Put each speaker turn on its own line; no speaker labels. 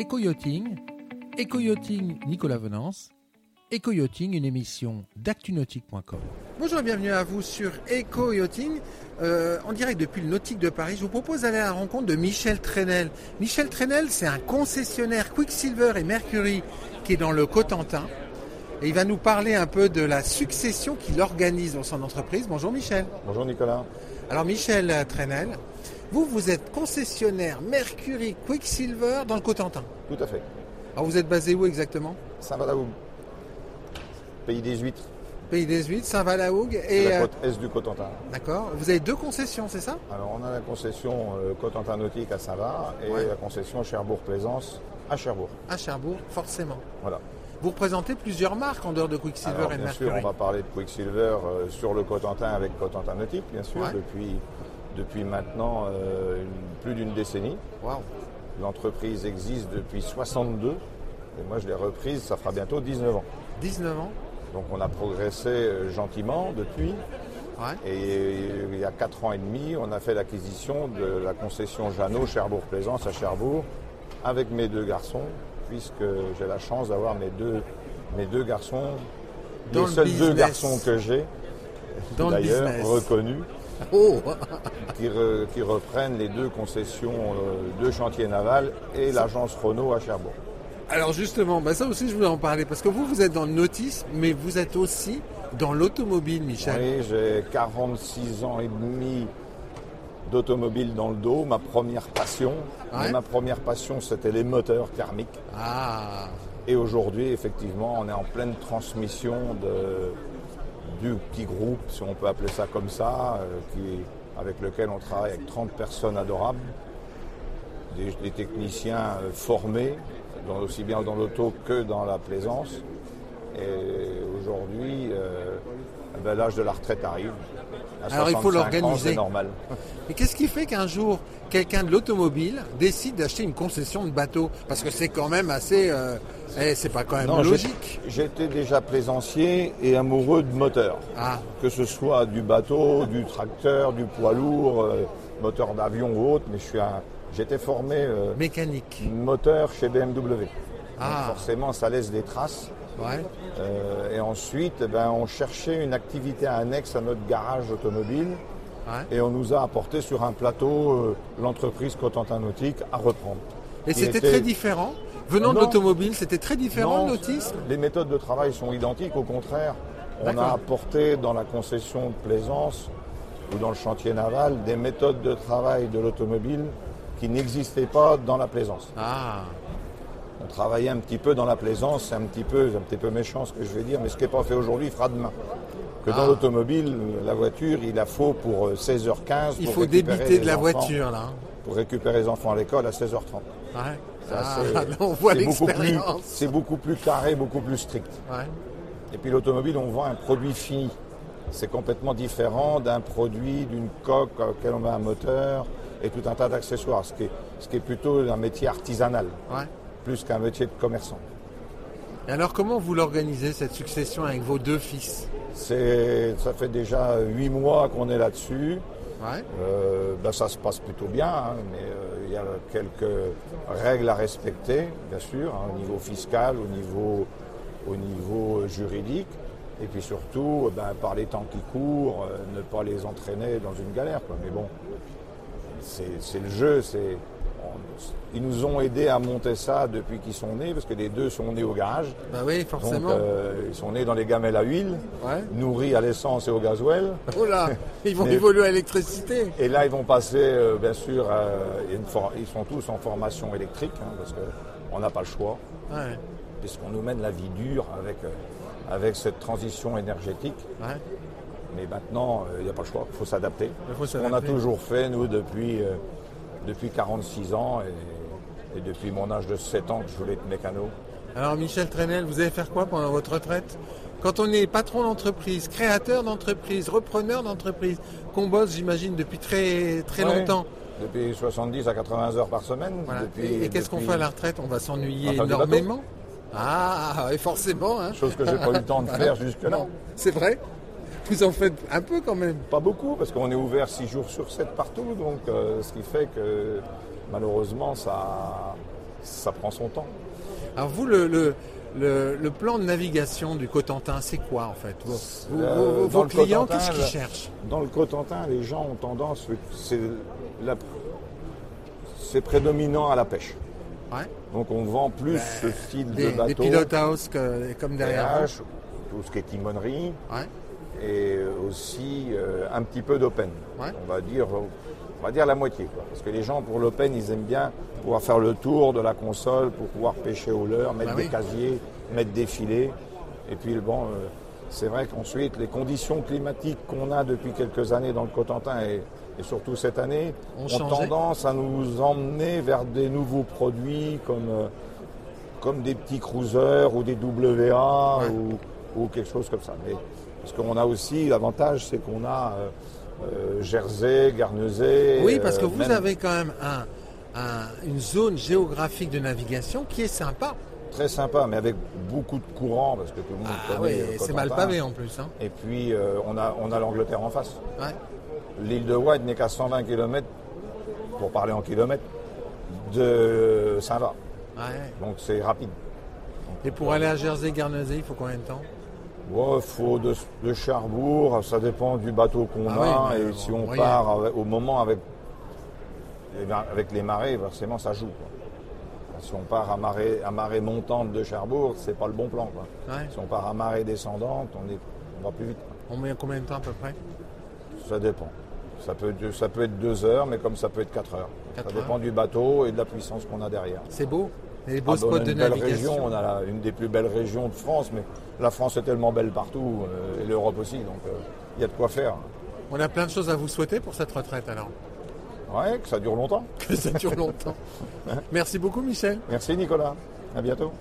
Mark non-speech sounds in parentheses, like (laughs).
Éco-Yachting, Éco-Yachting Nicolas Venance, Éco-Yachting, une émission d'actunautique.com.
Bonjour et bienvenue à vous sur Eco Yachting. Euh, en direct depuis le Nautique de Paris, je vous propose d'aller à la rencontre de Michel Trenel. Michel Trenel, c'est un concessionnaire Quicksilver et Mercury qui est dans le Cotentin. Et il va nous parler un peu de la succession qu'il organise dans son entreprise. Bonjour Michel.
Bonjour Nicolas.
Alors Michel Trenel, vous, vous êtes concessionnaire Mercury Quicksilver dans le Cotentin.
Tout à fait.
Alors vous êtes basé où exactement
Saint-Badaoum, pays des huîtres,
Pays des Huîtres, Saint-Valahougue
c'est
et...
la
euh,
côte est du Cotentin.
D'accord. Vous avez deux concessions, c'est ça
Alors on a la concession euh, Cotentin Nautique à Saint-Va et
Ouais.
la concession Cherbourg-Plaisance à Cherbourg.
À Cherbourg, forcément.
Voilà.
Vous représentez plusieurs marques en dehors de Quicksilver
Alors,
et de
bien
Mercury.
sûr, on va parler de Quicksilver euh, sur le Cotentin avec Cotentin Nautique, bien sûr,
Ouais.
depuis, depuis maintenant euh, une- plus d'une décennie.
Waouh.
L'entreprise existe depuis 62 et moi je l'ai reprise, ça fera bientôt 19 ans.
19 ans.
Donc on a progressé euh, gentiment depuis.
Ouais.
Et euh, il y a 4 ans et demi, on a fait l'acquisition de la concession Jeannot Cherbourg-Plaisance à Cherbourg avec mes deux garçons, puisque j'ai la chance d'avoir mes deux, mes deux garçons,
Dans
les
le
seuls deux
business.
garçons que j'ai,
Dans le
d'ailleurs
business.
reconnus,
Oh
qui, re- qui reprennent les deux concessions euh, de chantier naval et l'agence Renault à Cherbourg.
Alors justement, bah ça aussi je voulais en parler parce que vous, vous êtes dans le nautisme, mais vous êtes aussi dans l'automobile, Michel.
Oui, j'ai 46 ans et demi d'automobile dans le dos, ma première passion.
Ouais.
Et ma première passion, c'était les moteurs thermiques.
Ah.
Et aujourd'hui, effectivement, on est en pleine transmission de- du petit groupe, si on peut appeler ça comme ça, euh, qui- avec lequel on travaille avec 30 personnes adorables, des, des techniciens euh, formés, dans- aussi bien dans l'auto que dans la plaisance. Et aujourd'hui, euh, ben, l'âge de la retraite arrive. À
Alors, il faut
65 ans,
l'organiser.
C'est normal.
Et qu'est-ce qui fait qu'un jour, quelqu'un de l'automobile décide d'acheter une concession de bateau Parce que c'est quand même assez... euh, eh, c'est pas quand même
Non,
logique.
j'ai- J'étais déjà plaisancier et amoureux de moteurs.
Ah.
Que ce soit du bateau, du tracteur, du poids lourd, euh, moteur d'avion ou autre, mais je suis un- j'étais formé euh,
Mécanique.
moteur chez BMW.
Ah.
Donc forcément, ça laisse des traces.
Ouais.
Euh, et ensuite, eh ben, on cherchait une activité annexe à notre garage automobile.
Ouais.
Et on nous a apporté sur un plateau euh, l'entreprise Cotentin Nautique à reprendre.
Et
Qui
c'était
était-
très différent. Venant de
Non.
l'automobile, c'était très différent
Non,
de l'autisme.
Les méthodes de travail sont identiques, au contraire. On
D'accord.
a apporté dans la concession de plaisance ou dans le chantier naval des méthodes de travail de l'automobile qui n'existaient pas dans la plaisance.
Ah.
On travaillait un petit peu dans la plaisance, c'est un petit peu, c'est un petit peu méchant ce que je vais dire, mais ce qui n'est pas fait aujourd'hui fera demain. Que
Ah.
dans l'automobile, la voiture, il la faut pour euh, 16h15.
Il
pour
faut
récupérer
débiter de
les
la
enfants-
voiture, là.
Pour récupérer les enfants à l'école à 16h30.
Ouais.
Ça,
Ah,
c'est-
là, on voit
c'est beaucoup plus-
l'expérience.
C'est beaucoup plus carré, beaucoup plus strict.
Ouais.
Et puis l'automobile, on vend un produit fini. C'est complètement différent d'un produit, d'une coque à laquelle on met un moteur et tout un tas d'accessoires, ce qui, est, ce qui est plutôt un métier artisanal,
Ouais.
plus qu'un métier de commerçant.
Et alors, comment vous l'organisez, cette succession, avec vos deux fils
C'est- Ça fait déjà huit mois qu'on est là-dessus.
Ouais.
Euh, ben, ça se passe plutôt bien, hein, mais euh, il y a quelques règles à respecter, bien sûr, hein, au niveau fiscal, au niveau, au niveau euh, juridique, et puis surtout, euh, ben, par les temps qui courent, euh, ne pas les entraîner dans une galère. quoi. Mais bon, c'est c'est le jeu, c'est. on- Ils nous ont aidés à monter ça depuis qu'ils sont nés, parce que les deux sont nés au garage.
Bah oui,
Donc,
forcément.
euh, ils sont nés dans les gamelles à huile,
Ouais.
nourris à l'essence et au gasoil.
Oh
(laughs)
là, ils vont
euh, mais-
évoluer à l'électricité.
Et là, ils vont passer, euh, bien sûr, euh, une for- ils sont tous en formation électrique, hein, parce qu'on n'a pas le choix,
Ouais.
puisqu'on nous mène la vie dure avec, euh, avec cette transition énergétique.
Ouais.
Mais maintenant, euh, il n'y a pas le choix, il faut s'adapter.
Il faut
Ce qu'on a
s'adapter.
toujours fait, nous, depuis, euh, depuis 46 ans et, et depuis mon âge de 7 ans que je voulais être mécano.
Alors, Michel Trenel, vous allez faire quoi pendant votre retraite Quand on est patron d'entreprise, créateur d'entreprise, repreneur d'entreprise, qu'on bosse, j'imagine, depuis très, très
Ouais.
longtemps.
Depuis 70 à 80 heures par semaine.
Voilà.
depuis-
et et qu'est-ce qu'on
depuis-
fait à la retraite On va s'ennuyer
Enfin, du bateau.
énormément. Ah, et forcément, hein.
Chose que j'ai pas eu le temps
(laughs)
de faire jusque-là.
Non, c'est vrai. Vous en faites un peu quand même.
Pas beaucoup, parce qu'on est ouvert 6 jours sur 7 partout, donc euh, ce qui fait que malheureusement ça, ça prend son temps.
Alors vous, le, le, le, le plan de navigation du Cotentin, c'est quoi en fait Vos, vos-
Euh,
vos-
dans
vos
le
clients,
Cotentin,
qu'est-ce qu'ils
là-
cherchent
Dans le Cotentin, les gens ont tendance, c'est la- c'est prédominant à la pêche.
Ouais.
Donc on vend plus ce style
Ben, des,
de
des
bateau,
pilotes à hausse que- comme derrière
PH, tout ce qui est timonerie,
vous. Ouais.
et aussi euh, un petit peu d'open.
Ouais.
On va dire, on va dire la moitié, quoi. Parce que les gens pour l'open, ils aiment bien pouvoir faire le tour de la console pour pouvoir pêcher au leurre, mettre
Bah
des
oui.
casiers, mettre des filets. Et puis bon, euh, c'est vrai qu'ensuite les conditions climatiques qu'on a depuis quelques années dans le Cotentin et, et surtout cette année
Ont
ont,
changé.
tendance à nous emmener vers des nouveaux produits comme euh, comme des petits cruisers ou des WA
Ouais.
ou, ou quelque chose comme ça. Mais parce qu'on a aussi l'avantage, c'est qu'on a euh, euh, Jersey, Guernesey.
Oui, parce
euh,
que vous
même
avez quand même un- un- une zone géographique de navigation qui est sympa.
très sympa, mais avec beaucoup de courant parce que tout le monde
Ah
connaît
oui,
le
c'est mal
Cotentin.
pavé en plus. hein.
Et puis euh, on a on a l'Angleterre en face.
Ouais.
L'île de Wight n'est qu'à 120 km pour parler en kilomètres de Saint-Va.
Ouais.
Donc c'est rapide.
Et pour aller à Jersey-Guernesey, il faut combien de temps
Il faut de, de Charbourg, ça dépend du bateau qu'on
Ah
a.
oui, mais
et si
en
on
moyenne.
part avec- au moment avec, eh ben, avec les marées, forcément ça joue. quoi. Si on part à marée, à marée montante de Charbourg, c'est pas le bon plan. quoi.
Ouais.
Si on part à marée descendante, on, est, on va plus vite. quoi.
On met combien de temps à peu près
Ça dépend. Ça peut, être- ça peut être deux heures, mais comme ça peut être quatre heures.
Quatre
ça dépend
heures.
du bateau et de la puissance qu'on a derrière.
C'est beau. Les beaux
Ah ben, on
spots
a
de
une belle
navigation.
région, on a la- une des plus belles régions de France, mais la France est tellement belle partout, euh, et l'Europe aussi, donc euh, il y a de quoi faire.
On a plein de choses à vous souhaiter pour cette retraite alors. (laughs)
Ouais, que ça dure longtemps. (laughs) Hein?
Que ça dure longtemps. Merci beaucoup Michel.
Merci Nicolas, à bientôt.